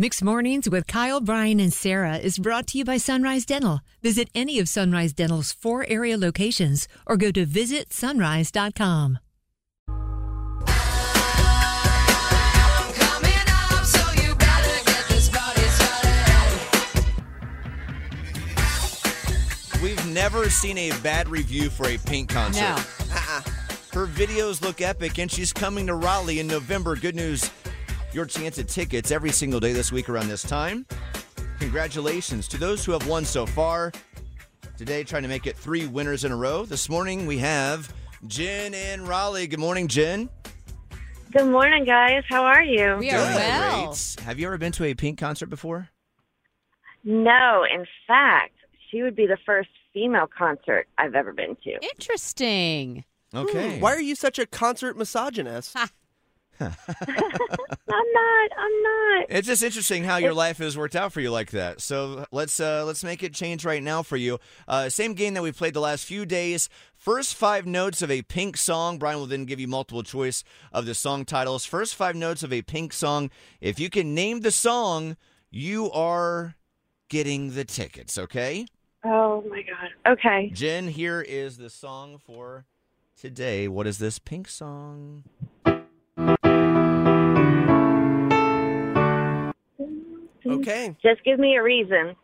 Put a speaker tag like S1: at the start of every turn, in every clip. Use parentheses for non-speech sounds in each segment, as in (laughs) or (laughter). S1: Mixed Mornings with Kyle, Brian, and Sarah is brought to you by Sunrise Dental. Visit any of Sunrise Dental's four area locations or go to visitsunrise.com.
S2: We've never seen a bad review for a Pink concert.
S3: No.
S2: Uh-uh. Her videos look epic, and she's coming to Raleigh in November. Good news, your chance at tickets every single day this week around this time. Congratulations to those who have won so far. Today, trying to make it three winners in a row. This morning, we have Jen in Raleigh. Good morning, Jen.
S4: Good morning, guys. How are you?
S3: We are
S2: Doing
S3: well.
S2: great. Have you ever been to a Pink concert before?
S4: No, in fact, she would be the first female concert I've ever been to.
S3: Interesting.
S2: Okay.
S5: Why are you such a
S3: (laughs)
S5: concert misogynist?
S4: I'm not. I'm not.
S2: It's just interesting how your life has worked out for you like that. So let's uh, let's make it change right now for you. Uh, same game that we played the last few days. First five notes of a pink song. Brian will then give you multiple choice of the song titles. First five notes of a pink song. If you can name the song, you are getting the tickets. Okay,
S4: Oh my god. Okay.
S2: Jen. Here is the song for today. What is this pink song?
S5: okay.
S4: Just give me a reason.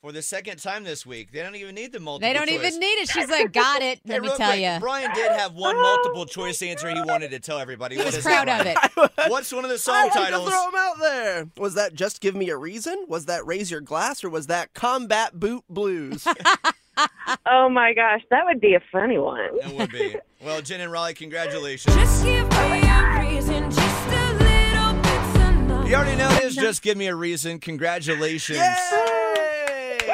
S2: For the second time this week, they don't even need the multiple.
S3: They don't
S2: choice.
S3: even need it. She's like, got it.
S2: Hey,
S3: Let me
S2: real
S3: tell
S2: quick,
S3: you.
S2: Brian did have one multiple choice answer he wanted to tell everybody.
S3: He
S2: What
S3: was
S2: is
S3: proud
S2: that,
S3: of it.
S5: (laughs)
S2: Brian? What's one of the
S5: I
S2: song
S5: like
S2: titles?
S5: to throw 'em out there. Was that just give me a reason? Was that raise your glass, or was that combat boot
S2: (laughs)
S5: blues?
S4: Oh my gosh, that would be a funny one.
S2: It would
S5: (laughs)
S2: be. Well, Jen and Raleigh, congratulations.
S6: Just give me a reason, just a little bit tonight.
S2: You already know it is Just Give Me a Reason. Congratulations.
S5: Yay!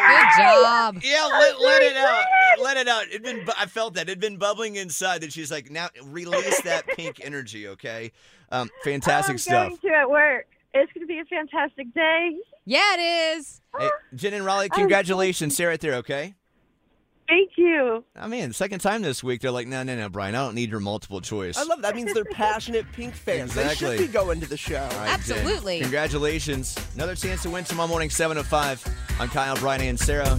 S3: Good job.
S2: Yeah, let, let it out. Let it out. It'd been bu- I felt that. It'd been bubbling inside that she's like, now release that pink energy, okay? Um, fantastic
S4: I'm
S2: stuff.
S4: going to at work. It's going to be a fantastic day.
S3: Yeah, it is.
S2: Hey, Jen and Raleigh, congratulations. Sarah, right there, okay?
S4: Thank you.
S2: I mean, second time this week, they're like, no, no, no, Brian, I don't need your multiple choice.
S5: I love that. means they're passionate Pink fans. They
S2: Exactly.
S5: should be going to the show.
S2: All right, Jen.
S3: Absolutely.
S2: Congratulations. Another chance to win tomorrow morning, 7 to 5. I'm Kyle, Brian, and Sarah.